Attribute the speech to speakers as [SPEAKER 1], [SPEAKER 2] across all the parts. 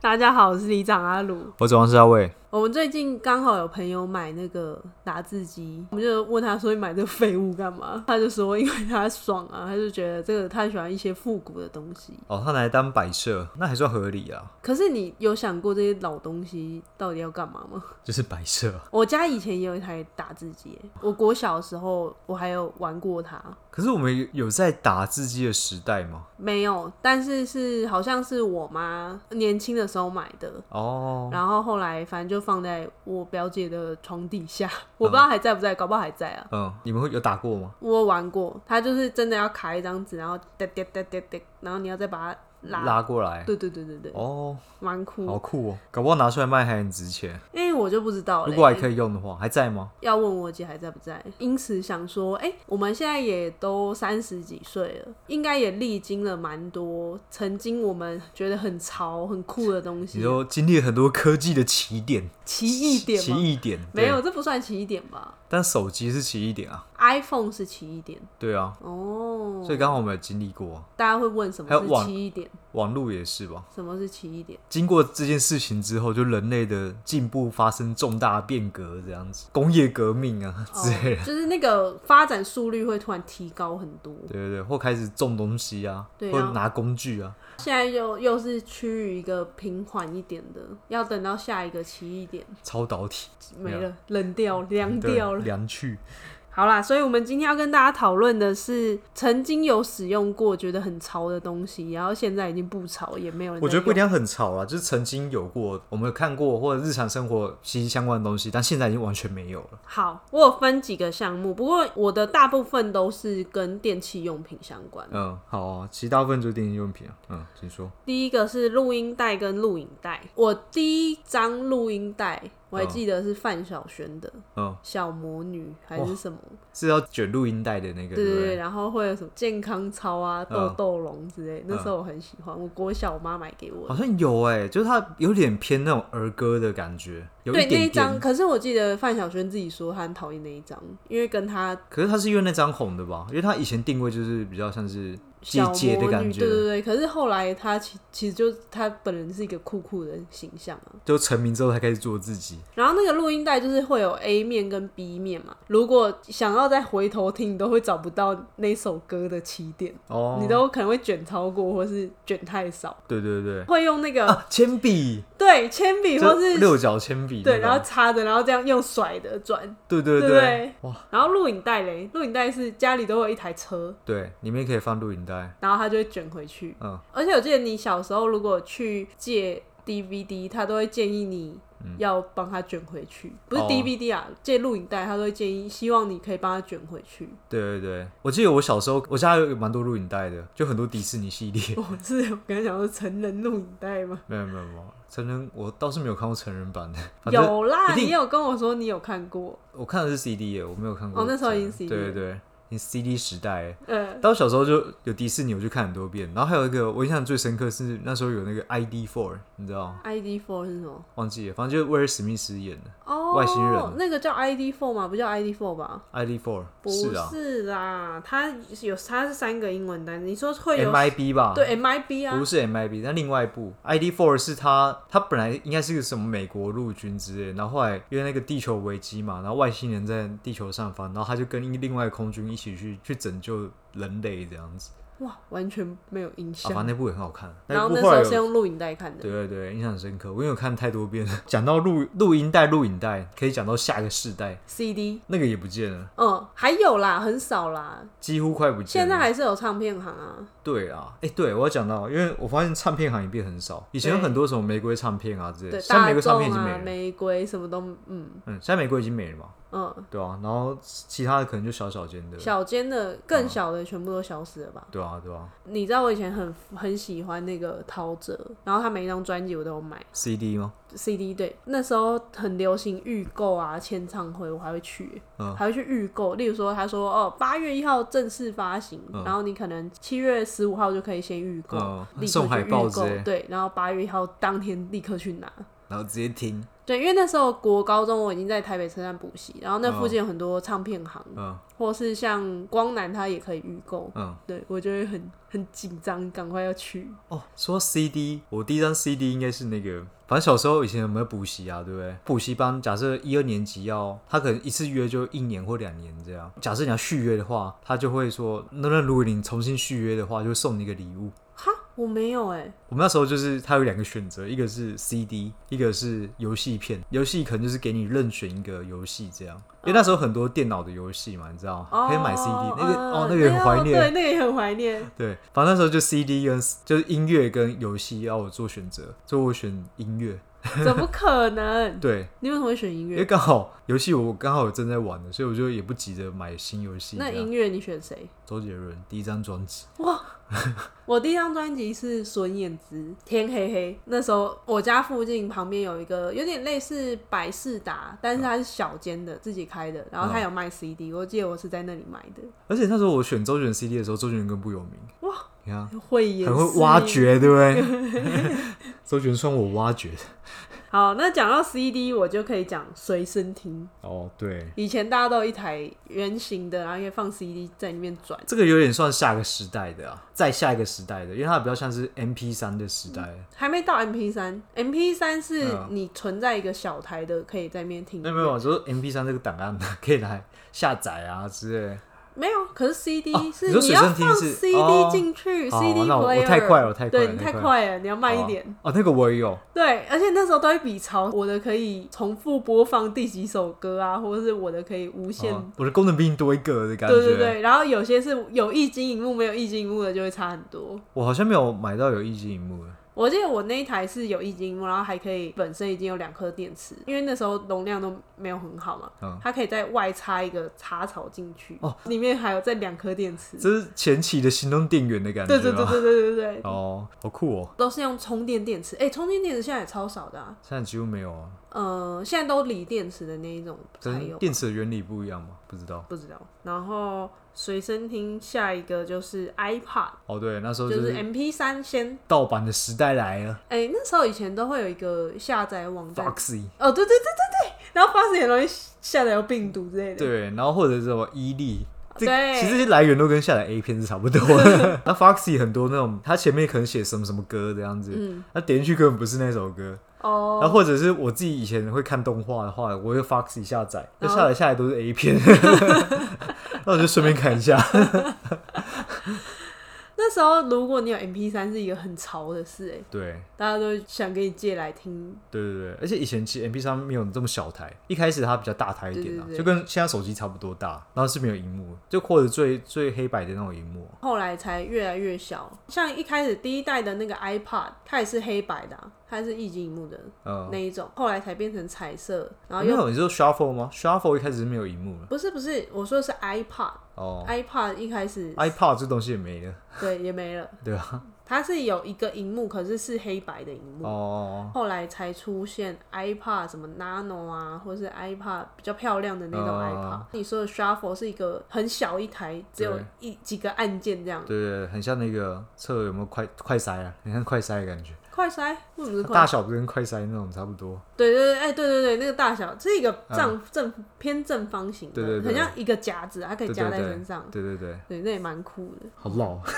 [SPEAKER 1] 大家好，我是里长阿卢。
[SPEAKER 2] 我指望是阿伟，
[SPEAKER 1] 我们最近刚好有朋友买那个打字机，我们就问他说：“你买这个废物干嘛？”他就说：“因为他爽啊，他就觉得这个他喜欢一些复古的东西。
[SPEAKER 2] 哦，他拿来当摆设，那还算合理啊，”
[SPEAKER 1] 可是你有想过这些老东西到底要干嘛吗？
[SPEAKER 2] 就是摆设。
[SPEAKER 1] 我家以前也有一台打字机，我国小的时候我还有玩过它，
[SPEAKER 2] 可是我们有在打字机的时代吗？
[SPEAKER 1] 没有，但是是好像是我妈年轻的时候买的，
[SPEAKER 2] 哦，
[SPEAKER 1] 然后后来反正就放在我表姐的床底下， 我不知道还在不在，搞不好还在啊。
[SPEAKER 2] 嗯，你们会有打过吗？
[SPEAKER 1] 我有玩过，它就是真的要卡一张纸，然后哒哒哒哒哒，然后你要再把它拉。
[SPEAKER 2] 拉过来。
[SPEAKER 1] 对对对对对，
[SPEAKER 2] 哦，
[SPEAKER 1] 蛮、
[SPEAKER 2] 好
[SPEAKER 1] 酷。
[SPEAKER 2] 酷哦，搞不好拿出来卖还很值钱。
[SPEAKER 1] 因为我就不知道、嘞
[SPEAKER 2] 如果还可以用的话，还在吗？
[SPEAKER 1] 要问我姐还在不在，因此想说，哎、我们现在也都三十几岁了，应该也历经了蛮多曾经我们觉得很潮、很酷的东
[SPEAKER 2] 你
[SPEAKER 1] 西，
[SPEAKER 2] 都经历了很多科技的起点，
[SPEAKER 1] 奇异点
[SPEAKER 2] 奇
[SPEAKER 1] 吗？
[SPEAKER 2] 异点
[SPEAKER 1] 没，有，
[SPEAKER 2] 对
[SPEAKER 1] 这不算奇异点吧
[SPEAKER 2] 但手机是奇异点啊，
[SPEAKER 1] ？iPhone 是奇异点
[SPEAKER 2] 对啊，
[SPEAKER 1] 哦，
[SPEAKER 2] 所以刚好我们有经历过啊，
[SPEAKER 1] 大家会问什么
[SPEAKER 2] 还有
[SPEAKER 1] 是
[SPEAKER 2] 网
[SPEAKER 1] 奇异点？
[SPEAKER 2] 网络也是吧。
[SPEAKER 1] 什么是奇异点？
[SPEAKER 2] 经过这件事情之后，就人类的进步发生重大变革，这样子，工业革命啊之类的。
[SPEAKER 1] 哦，就是那个发展速率会突然提高很多。
[SPEAKER 2] 对对对，或开始种东西啊，
[SPEAKER 1] 对
[SPEAKER 2] 或
[SPEAKER 1] 然后
[SPEAKER 2] 拿工具啊，
[SPEAKER 1] 现在又又是趋于一个平缓一点的，要等到下一个奇异点
[SPEAKER 2] 超导体
[SPEAKER 1] 没
[SPEAKER 2] 没
[SPEAKER 1] 了，冷掉、凉
[SPEAKER 2] 对
[SPEAKER 1] 嗯掉了。
[SPEAKER 2] 凉去，
[SPEAKER 1] 好啦，所以我们今天要跟大家讨论的是曾经有使用过觉得很潮的东西，然后现在已经不潮，也没有人在用。
[SPEAKER 2] 我觉得不一定要很潮啊，就是曾经有过，我们有看过或者日常生活息息相关的东西，但现在已经完全没有了。
[SPEAKER 1] 好，我有分几个项目，不过我的大部分都是跟电器用品相关。
[SPEAKER 2] 嗯，好、啊，其实大部分就是电器用品啊。嗯，请说。
[SPEAKER 1] 第一个是录音带跟录影带，我第一张录音带我还记得是范晓萱的《
[SPEAKER 2] 嗯，
[SPEAKER 1] 小魔女》还
[SPEAKER 2] 哦
[SPEAKER 1] 是什么，
[SPEAKER 2] 是要卷录音带的那个，
[SPEAKER 1] 对
[SPEAKER 2] 不
[SPEAKER 1] 对对，
[SPEAKER 2] 对？
[SPEAKER 1] 然后会有什么健康操啊、
[SPEAKER 2] 嗯
[SPEAKER 1] 豆豆龙之类，那时候我很喜欢，我国小我妈买给我
[SPEAKER 2] 好
[SPEAKER 1] 的。
[SPEAKER 2] 像有哎、就是它有点偏那种儿歌的感觉，有
[SPEAKER 1] 对
[SPEAKER 2] 一
[SPEAKER 1] 那一
[SPEAKER 2] 点
[SPEAKER 1] 张，
[SPEAKER 2] 点。
[SPEAKER 1] 可是我记得范晓萱自己说她很讨厌那一张，因为跟她
[SPEAKER 2] 可是它是因为那张红的吧？因为它以前定位就是比较像是姐
[SPEAKER 1] 小
[SPEAKER 2] 姐的
[SPEAKER 1] 魔
[SPEAKER 2] 感
[SPEAKER 1] 女，对对
[SPEAKER 2] 觉，
[SPEAKER 1] 对。可是后来她其其实就她本人是一个酷酷的形象啊，
[SPEAKER 2] 就成名之后才开始做自己。
[SPEAKER 1] 然后那个录音带就是会有 A 面跟 B 面嘛，如果想要再回头听，你都会找不到那首歌的起点，
[SPEAKER 2] 哦，
[SPEAKER 1] 你都可能会卷超过，或是卷太少，
[SPEAKER 2] 对对对
[SPEAKER 1] 会用那个、
[SPEAKER 2] 啊，铅笔，
[SPEAKER 1] 对铅笔或
[SPEAKER 2] 就是六角铅笔那
[SPEAKER 1] 对，
[SPEAKER 2] 种，
[SPEAKER 1] 然后插着，然后这样用甩的转，
[SPEAKER 2] 对对
[SPEAKER 1] 对不对
[SPEAKER 2] 哇，
[SPEAKER 1] 然后录影带嘞，录影带是家里都有一台车，
[SPEAKER 2] 对，里面可以放录影带，
[SPEAKER 1] 然后它就会卷回去。
[SPEAKER 2] 嗯，
[SPEAKER 1] 而且我记得你小时候如果去借 DVD，他都会建议你要帮他卷回去，不是
[SPEAKER 2] 嗯哦
[SPEAKER 1] DVD 啊，借录影带他都会建议，希望你可以帮他卷回 去。
[SPEAKER 2] 对对对，我记得我小时候我家有蛮多录影带的，就很多迪士尼系列，
[SPEAKER 1] 我是我刚才讲说成人录影带吗？
[SPEAKER 2] 没有没有没有，成人我倒是没有看过成人版的，反正
[SPEAKER 1] 有啦，
[SPEAKER 2] 啊一定
[SPEAKER 1] 你有跟我说你有看过，
[SPEAKER 2] 我看的是 CD，耶我没有看
[SPEAKER 1] 哦
[SPEAKER 2] 过成人，
[SPEAKER 1] 那时候已经 CD
[SPEAKER 2] 对对对。你 CD 时代耶，
[SPEAKER 1] 呃，
[SPEAKER 2] 但我小时候就有迪士尼，我去看很多遍。然后还有一个我印象最深刻是那时候有那个 ID Four，你知道吗
[SPEAKER 1] ID Four 是什么？
[SPEAKER 2] 忘记了，反正就是威尔史密斯演的
[SPEAKER 1] 哦，
[SPEAKER 2] 外星人
[SPEAKER 1] 那个叫 ID Four 嘛，不叫 ID Four 吧？
[SPEAKER 2] ID Four，
[SPEAKER 1] 不
[SPEAKER 2] 啊
[SPEAKER 1] 是啦，它有它是三个英文单词，你说会有
[SPEAKER 2] ，MIB 吧？
[SPEAKER 1] 对 MIB 啊
[SPEAKER 2] 不？是 MIB，但另外一部 ID Four 是他，他本来应该是个什么美国陆军之类，然后后来因为那个地球危机嘛，然后外星人在地球上方，然后他就跟另外空军一起去去拯救人类这样子。
[SPEAKER 1] 哇，完全没有印
[SPEAKER 2] 啊，
[SPEAKER 1] 象。
[SPEAKER 2] 反正那部也很好看，
[SPEAKER 1] 然后
[SPEAKER 2] 部
[SPEAKER 1] 那时
[SPEAKER 2] 后来
[SPEAKER 1] 候是
[SPEAKER 2] 有。
[SPEAKER 1] 用录影带看的
[SPEAKER 2] 对。对对，印象很深刻，我因为我看太多遍了。 讲到录录音带、录影带，可以讲到下一个世代，
[SPEAKER 1] CD，
[SPEAKER 2] 那个也不见了，
[SPEAKER 1] 哦嗯，还有啦，很少啦，
[SPEAKER 2] 几乎快不见了。
[SPEAKER 1] 现在还是有唱片行啊。
[SPEAKER 2] 对啊，哎、对我要讲到，因为我发现唱片行也变很少，以前有
[SPEAKER 1] 对
[SPEAKER 2] 很多什么玫瑰唱片啊之类的，
[SPEAKER 1] 对，
[SPEAKER 2] 现在
[SPEAKER 1] 大
[SPEAKER 2] 玫瑰唱片
[SPEAKER 1] 众
[SPEAKER 2] 已经没
[SPEAKER 1] 啊，
[SPEAKER 2] 了，
[SPEAKER 1] 玫瑰什么都，嗯
[SPEAKER 2] 嗯，现在玫瑰已经没了嘛，
[SPEAKER 1] 嗯，
[SPEAKER 2] 对啊，然后其他的可能就小小间的，
[SPEAKER 1] 小间的更小的全部都消失了吧？
[SPEAKER 2] 对啊，对啊
[SPEAKER 1] 你知道我以前很很喜欢那个陶喆，然后他每一张专辑我都有买
[SPEAKER 2] ，CD 吗？
[SPEAKER 1] CD，对，那时候很流行预购啊，签唱会我还会去，
[SPEAKER 2] 嗯
[SPEAKER 1] 还会去预购。例如说他说哦，八月一号正式发行，
[SPEAKER 2] 嗯
[SPEAKER 1] 然后你可能七月十五号就可以先预购，
[SPEAKER 2] 嗯
[SPEAKER 1] 哦立刻
[SPEAKER 2] 送海
[SPEAKER 1] 去预
[SPEAKER 2] 报之
[SPEAKER 1] 购
[SPEAKER 2] 类，
[SPEAKER 1] 对，然后八月一号当天立刻去拿。
[SPEAKER 2] 然后直接听，
[SPEAKER 1] 对，因为那时候国高中我已经在台北车站补习，然后那附近有很多唱片行，
[SPEAKER 2] 嗯
[SPEAKER 1] 或是像光南它也可以预购。
[SPEAKER 2] 嗯。
[SPEAKER 1] 对，我就会很很紧张，赶快要去。
[SPEAKER 2] 哦，说到 CD，我第一张 CD 应该是那个，反正小时候以前有没有补习啊，对不对？补习班假设一二年级要，他可能一次约就一年或两年这样。假设你要续约的话，他就会说，那那如果你重新续约的话，就会送你一个礼物。
[SPEAKER 1] 哈，我没有哎、
[SPEAKER 2] 我们那时候就是，他有两个选择，一个是 CD，一个是游戏片。游戏可能就是给你任选一个游戏这样，因为那时候很多电脑的游戏嘛，你知道，
[SPEAKER 1] 哦，
[SPEAKER 2] 可以买 CD，那个
[SPEAKER 1] 嗯，
[SPEAKER 2] 哦那个很怀念
[SPEAKER 1] 对，。那个也很怀念。
[SPEAKER 2] 对，反正那时候就 CD 跟就是音乐跟游戏要我做选择，所以我选音乐。
[SPEAKER 1] 怎么可能？
[SPEAKER 2] 对，
[SPEAKER 1] 你为什么会选音
[SPEAKER 2] 因为
[SPEAKER 1] 乐？
[SPEAKER 2] 刚好游戏我刚好有正在玩的，所以我就也不急着买新游戏。
[SPEAKER 1] 那
[SPEAKER 2] 这样
[SPEAKER 1] 音乐你选谁？
[SPEAKER 2] 周杰伦第一张专辑，
[SPEAKER 1] 我第一张专辑是孙燕姿《天黑黑》，那时候我家附近旁边有一个有点类似百事达，但是它是小间的，自己开的，然后它有
[SPEAKER 2] 嗯
[SPEAKER 1] 卖 CD，我记得我是在那里买的。
[SPEAKER 2] 而且那时候我选周杰伦 CD 的时候，周杰伦更不有名。
[SPEAKER 1] 哇，
[SPEAKER 2] 你看
[SPEAKER 1] 慧眼
[SPEAKER 2] 很
[SPEAKER 1] 识
[SPEAKER 2] 会
[SPEAKER 1] 英
[SPEAKER 2] 挖。掘，对不对？ 周杰伦算我挖掘的。
[SPEAKER 1] 好，那讲到 CD，我就可以讲随身听。
[SPEAKER 2] 哦，对，
[SPEAKER 1] 以前大家都有一台圆形的，然后可以放 CD 在里面转。
[SPEAKER 2] 这个有点算下个时代的啊，再下一个时代的，因为它比较像是 MP 三的时代。
[SPEAKER 1] 还没到 MP 三，MP 三是
[SPEAKER 2] 嗯
[SPEAKER 1] 你存在一个小台的，可以在那边听。
[SPEAKER 2] 那没有，我说 MP 三这个档案 可以来下载啊之类的。
[SPEAKER 1] 没有，可是 CD
[SPEAKER 2] 哦
[SPEAKER 1] 是
[SPEAKER 2] 你
[SPEAKER 1] 要
[SPEAKER 2] 说随身听
[SPEAKER 1] 放
[SPEAKER 2] 是
[SPEAKER 1] CD
[SPEAKER 2] 哦
[SPEAKER 1] 进去
[SPEAKER 2] 哦
[SPEAKER 1] ，CD
[SPEAKER 2] 那我
[SPEAKER 1] player。
[SPEAKER 2] 我太快了我太快了
[SPEAKER 1] 对你
[SPEAKER 2] 太
[SPEAKER 1] 太
[SPEAKER 2] 快了
[SPEAKER 1] 快了，你要慢一点。
[SPEAKER 2] 哦，那个我也有，
[SPEAKER 1] 对，而且那时候都会比潮，我的可以重复播放第几首歌啊，或者是我的可以无限。
[SPEAKER 2] 哦我的功能比你多一个的感觉。
[SPEAKER 1] 对对对，然后有些是有一晶荧幕，没有一晶荧幕的就会差很多。
[SPEAKER 2] 我好像没有买到有液晶荧幕的。
[SPEAKER 1] 我记得我那一台是有一晶荧幕，然后还可以本身已经有两颗电池，因为那时候容量都没有很好嘛，
[SPEAKER 2] 嗯
[SPEAKER 1] 它可以在外插一个插槽进去，
[SPEAKER 2] 哦
[SPEAKER 1] 里面还有再两颗电池。
[SPEAKER 2] 这是前期的行动电源的感觉
[SPEAKER 1] 对
[SPEAKER 2] 吗？
[SPEAKER 1] 对对对对对对，
[SPEAKER 2] 哦，好酷哦！
[SPEAKER 1] 都是用充电电池。哎、充电电池现在也超少的、啊，
[SPEAKER 2] 现在几乎没有啊，
[SPEAKER 1] 呃，现在都锂电池的那一种才
[SPEAKER 2] 跟
[SPEAKER 1] 有，
[SPEAKER 2] 电池的原理不一样嘛？不知道。
[SPEAKER 1] 不知道。然后随身听下一个就是 iPod，
[SPEAKER 2] 哦，对，那时候
[SPEAKER 1] 就
[SPEAKER 2] 就是是
[SPEAKER 1] MP 三先。
[SPEAKER 2] 盗版的时代来了
[SPEAKER 1] 哎、那时候以前都会有一个下载网站。
[SPEAKER 2] ，Foxy。
[SPEAKER 1] 哦，对对对对对，然后发现很容易下载有病毒之类的。
[SPEAKER 2] 对，然后或者是什么伊利。这
[SPEAKER 1] 对
[SPEAKER 2] 其实这些来源都跟下载 A 片是差不多 的。那 Foxy 很多那种，它前面可能写什么什么歌这样子，
[SPEAKER 1] 嗯
[SPEAKER 2] 那、点进去根本不是那首歌。
[SPEAKER 1] 哦，
[SPEAKER 2] 然后或者是我自己以前会看动画的话，我会 Foxy 下载，那
[SPEAKER 1] 然后
[SPEAKER 2] 下载下来都是 A 片，那我就顺便看一下。
[SPEAKER 1] 那时候如果你有 MP 三是一个很潮的事哎、
[SPEAKER 2] 对，
[SPEAKER 1] 大家都想给你借来听。
[SPEAKER 2] 对对对，而且以前其实 MP 三没有这么小台，一开始它比较大台一点啊，
[SPEAKER 1] 对对对
[SPEAKER 2] 就跟现在手机差不多大，然后是没有荧幕，就或者最最黑白的那种荧幕。
[SPEAKER 1] 后来才越来越小，像一开始第一代的那个 iPod，它也是黑白的啊、它是液晶屏幕的
[SPEAKER 2] 嗯
[SPEAKER 1] 那，一种，后来才变成彩色，然后
[SPEAKER 2] 没
[SPEAKER 1] 又
[SPEAKER 2] 有，你说 Shuffle 吗？Shuffle 一开始是没有荧幕的
[SPEAKER 1] 不是不是，我说的是 iPod，iPod
[SPEAKER 2] 哦
[SPEAKER 1] 一开始
[SPEAKER 2] ，iPod 这东西也没了，
[SPEAKER 1] 对也没了，
[SPEAKER 2] 对吧？
[SPEAKER 1] 它是有一个荧幕，可是是黑白的荧幕。
[SPEAKER 2] 哦，
[SPEAKER 1] 后来才出现 iPad 什么 Nano 啊，或是 iPad 比较漂亮的那种
[SPEAKER 2] 啊
[SPEAKER 1] iPad。你说的 Shuffle 是一个很小一台，只有
[SPEAKER 2] 对
[SPEAKER 1] 一几个按键这样。
[SPEAKER 2] 对对对，很像那个测有没有快快塞啊，很像快塞的感觉，
[SPEAKER 1] 快塞，为什么是
[SPEAKER 2] 大
[SPEAKER 1] 快？
[SPEAKER 2] 小不跟快塞那种差不多。
[SPEAKER 1] 对对对，哎、对对对，那个大小是一个正、正偏正方形的，
[SPEAKER 2] 嗯对对对
[SPEAKER 1] 很像一个夹子，它可以
[SPEAKER 2] 对
[SPEAKER 1] 夹
[SPEAKER 2] 对
[SPEAKER 1] 在
[SPEAKER 2] 对
[SPEAKER 1] 身上。，
[SPEAKER 2] 对对对，
[SPEAKER 1] 对，那也蛮酷的，
[SPEAKER 2] 好老。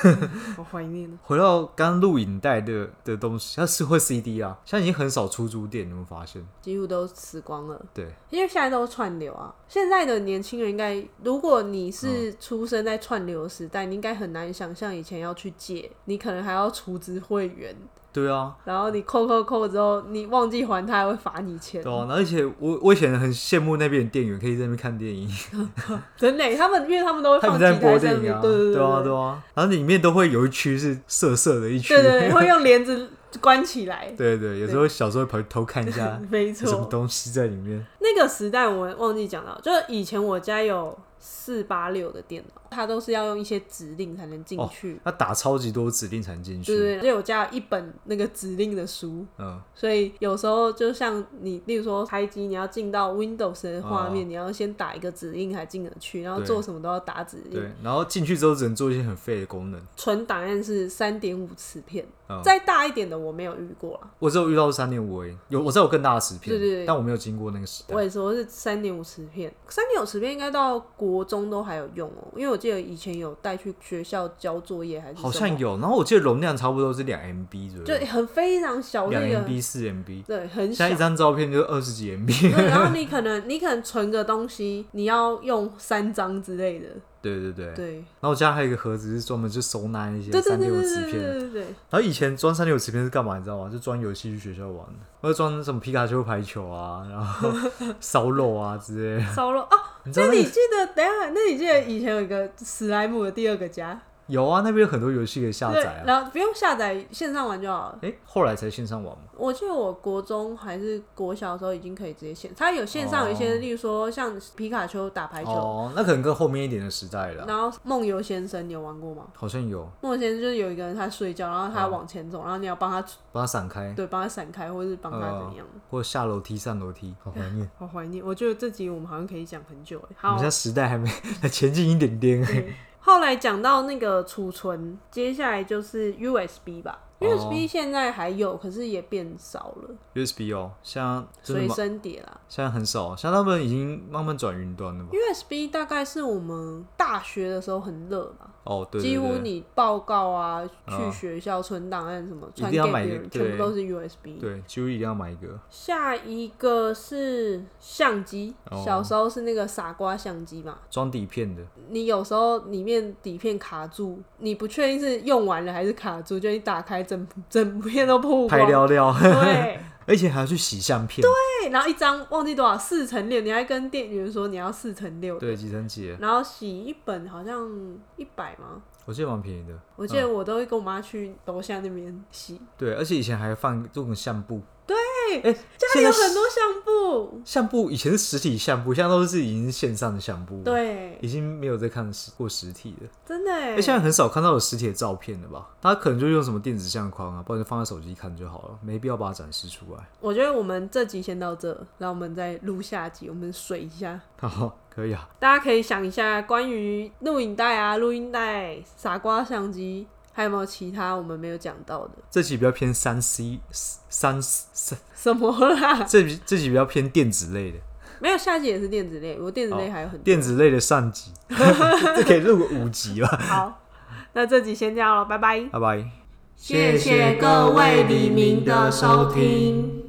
[SPEAKER 1] 好怀念哦。
[SPEAKER 2] 回到刚录影带的的东西，它是会 CD 啊，现在已经很少出租店，你有没有发现？
[SPEAKER 1] 几乎都死光了，
[SPEAKER 2] 对，
[SPEAKER 1] 因为现在都是串流啊。现在的年轻人应该，如果你是
[SPEAKER 2] 嗯
[SPEAKER 1] 出生在串流时代，你应该很难想象以前要去借，你可能还要储值会员，
[SPEAKER 2] 对啊，
[SPEAKER 1] 然后你扣扣扣之后，你忘记还，他还会罚你钱
[SPEAKER 2] 对。啊，然后而且我我以前很羡慕那边的店员可以在那边看电影，
[SPEAKER 1] 真的，他们因为他们都会
[SPEAKER 2] 他
[SPEAKER 1] 放
[SPEAKER 2] 们
[SPEAKER 1] 几
[SPEAKER 2] 在
[SPEAKER 1] 台
[SPEAKER 2] 播
[SPEAKER 1] 在
[SPEAKER 2] 电
[SPEAKER 1] 那
[SPEAKER 2] 影
[SPEAKER 1] 边
[SPEAKER 2] 啊，
[SPEAKER 1] 对对
[SPEAKER 2] 啊对啊，然后里面都会有一区是色色的一区，
[SPEAKER 1] 对对对，会用帘子关起来。
[SPEAKER 2] 对对，有时候小时候会跑去偷看一下
[SPEAKER 1] 没
[SPEAKER 2] 有什么
[SPEAKER 1] 错，
[SPEAKER 2] 东西在里面，
[SPEAKER 1] 那个时代我忘记讲到，就是以前我家有四八六的电脑，它都是要用一些指令才能进
[SPEAKER 2] 哦
[SPEAKER 1] 去。
[SPEAKER 2] 他打超级多指令才能进
[SPEAKER 1] 对
[SPEAKER 2] 去，
[SPEAKER 1] 对，对就我家有一本那个指令的书，
[SPEAKER 2] 嗯，
[SPEAKER 1] 所以有时候就像你，例如说开机，你要进到 Windows 的画面，
[SPEAKER 2] 哦
[SPEAKER 1] 你要先打一个指令才进得去，然后
[SPEAKER 2] 对
[SPEAKER 1] 做什么都要打指令。
[SPEAKER 2] 对，然后进去之后只能做一些很废的功能，
[SPEAKER 1] 纯档案是三点五磁片，
[SPEAKER 2] 嗯，
[SPEAKER 1] 再大一点的我没有遇过啊。
[SPEAKER 2] 我只有遇到三点五而已，有我知道有更大的磁片，
[SPEAKER 1] 对对对
[SPEAKER 2] 但我没有经过那个时代
[SPEAKER 1] 我。也是，我是三点五磁片，三点五磁片应该到国中都还有用哦、因为我记得以前有带去学校交作业还是什么
[SPEAKER 2] 好像，有，然后我记得容量差不多是两 MB 左右，
[SPEAKER 1] 就很非常小
[SPEAKER 2] 两
[SPEAKER 1] 那个，
[SPEAKER 2] MB 四 MB，
[SPEAKER 1] 对，很
[SPEAKER 2] 现在
[SPEAKER 1] 小
[SPEAKER 2] 一。张照片就二十几 MB，
[SPEAKER 1] 对，然后你可能你可能存个东西，你要用三张之类的，
[SPEAKER 2] 对对对。
[SPEAKER 1] 对，
[SPEAKER 2] 然后我家还有一个盒子是专门就收纳一些
[SPEAKER 1] 对对
[SPEAKER 2] 三
[SPEAKER 1] 对
[SPEAKER 2] 六
[SPEAKER 1] 对
[SPEAKER 2] 磁
[SPEAKER 1] 对对
[SPEAKER 2] 片，
[SPEAKER 1] 对对。
[SPEAKER 2] 然后以前装三六磁片是干嘛你知道吗？就装游戏去学校玩的，或者装什么皮卡丘排球啊，然后烧肉啊之 类的。
[SPEAKER 1] 烧肉哦。
[SPEAKER 2] 你知道
[SPEAKER 1] 那
[SPEAKER 2] 那
[SPEAKER 1] 你
[SPEAKER 2] 个
[SPEAKER 1] 记得，等一下，那你记得以前有一个史莱姆的第二个家，
[SPEAKER 2] 有啊，那边有很多游戏可以下
[SPEAKER 1] 对
[SPEAKER 2] 载，啊。
[SPEAKER 1] 然后不用下载，线上玩就好了。
[SPEAKER 2] 哎、后来才线上玩嘛。
[SPEAKER 1] 我记得我国中还是国小的时候已经可以直接线，它有线上有一些，
[SPEAKER 2] 哦
[SPEAKER 1] 例如说像皮卡丘打排球，
[SPEAKER 2] 哦，那可能跟后面一点的时代了啊，
[SPEAKER 1] 然后梦游先生你有玩过吗？
[SPEAKER 2] 好像有
[SPEAKER 1] 梦游先生就是有一个人他睡觉，然后他
[SPEAKER 2] 哦
[SPEAKER 1] 往前走，然后你要帮他
[SPEAKER 2] 把它散开，
[SPEAKER 1] 对帮他闪开，或者是帮他
[SPEAKER 2] 嗯
[SPEAKER 1] 怎样。
[SPEAKER 2] 或下楼梯上楼梯，好怀念。
[SPEAKER 1] 好怀念，我觉得这集我们好像可以讲很久哎。
[SPEAKER 2] 我
[SPEAKER 1] 好
[SPEAKER 2] 们现，在时代还没还前进一点点。
[SPEAKER 1] 对 后来讲到那个储存，接下来就是 USB 吧、
[SPEAKER 2] 哦
[SPEAKER 1] u s b 现在还有，可是也变少了，
[SPEAKER 2] USB 哦，像真的
[SPEAKER 1] 随
[SPEAKER 2] 吗？
[SPEAKER 1] 身碟啦。
[SPEAKER 2] 现在很少，像他们已经慢慢转云端了
[SPEAKER 1] 嗯
[SPEAKER 2] 吧？
[SPEAKER 1] USB 大概是我们大学的时候很热嘛，
[SPEAKER 2] 哦，对
[SPEAKER 1] 几
[SPEAKER 2] 对
[SPEAKER 1] 乎
[SPEAKER 2] 对，
[SPEAKER 1] 你报告啊、去
[SPEAKER 2] 哦
[SPEAKER 1] 学校存档案什么，
[SPEAKER 2] 一
[SPEAKER 1] 传
[SPEAKER 2] 定
[SPEAKER 1] 给
[SPEAKER 2] 要买
[SPEAKER 1] 别
[SPEAKER 2] 一个
[SPEAKER 1] 人，全部
[SPEAKER 2] 对
[SPEAKER 1] 都是 USB。
[SPEAKER 2] 对，几乎一定要买一个。
[SPEAKER 1] 下一个是相机，
[SPEAKER 2] 哦
[SPEAKER 1] 小时候是那个傻瓜相机嘛，
[SPEAKER 2] 装底片的，
[SPEAKER 1] 你有时候里面底片卡住，你不确定是用完了还是卡住，就一打开整 整片都曝
[SPEAKER 2] 拍
[SPEAKER 1] 光，
[SPEAKER 2] 料料，
[SPEAKER 1] 对，
[SPEAKER 2] 而且还要去洗相片，对
[SPEAKER 1] 对然后一张忘记多少四乘六，你还跟店员说你要四乘六，
[SPEAKER 2] 对，集成节，
[SPEAKER 1] 然后洗一本好像一百吗？
[SPEAKER 2] 我记得蛮便宜的。
[SPEAKER 1] 我记得我都会跟我妈去楼下那边洗，
[SPEAKER 2] 对，而且以前还放这种相簿，
[SPEAKER 1] 对
[SPEAKER 2] 哎、
[SPEAKER 1] 家里
[SPEAKER 2] 现在
[SPEAKER 1] 有
[SPEAKER 2] 是
[SPEAKER 1] 很多相簿，
[SPEAKER 2] 相簿以前是实体相簿，现在都是已经是线上的相簿，，
[SPEAKER 1] 对，
[SPEAKER 2] 已经没有在看实过实体的。
[SPEAKER 1] 真的哎
[SPEAKER 2] 哎、，现在很少看到有实体的照片了吧？大家可能就用什么电子相框啊，不然就放在手机看就好了，没必要把它展示出来。
[SPEAKER 1] 我觉得我们这集先到这，然后我们再录下集，我们水一下。
[SPEAKER 2] 好，可以啊。
[SPEAKER 1] 大家可以想一下，关于录影带啊、录音带、傻瓜相机，还有没有其他我们没有讲到的？
[SPEAKER 2] 这集比较偏三 C 三三，
[SPEAKER 1] 什么 啦？
[SPEAKER 2] 这集这集比较偏电子类的，
[SPEAKER 1] 没有，下集也是电子类，我电子类
[SPEAKER 2] 哦
[SPEAKER 1] 还有很多。
[SPEAKER 2] 电子类的上集， 这可以录个五集吧。
[SPEAKER 1] 好，那这集先这样了，拜拜。
[SPEAKER 2] 拜拜。
[SPEAKER 1] 谢谢各位黎明的收听。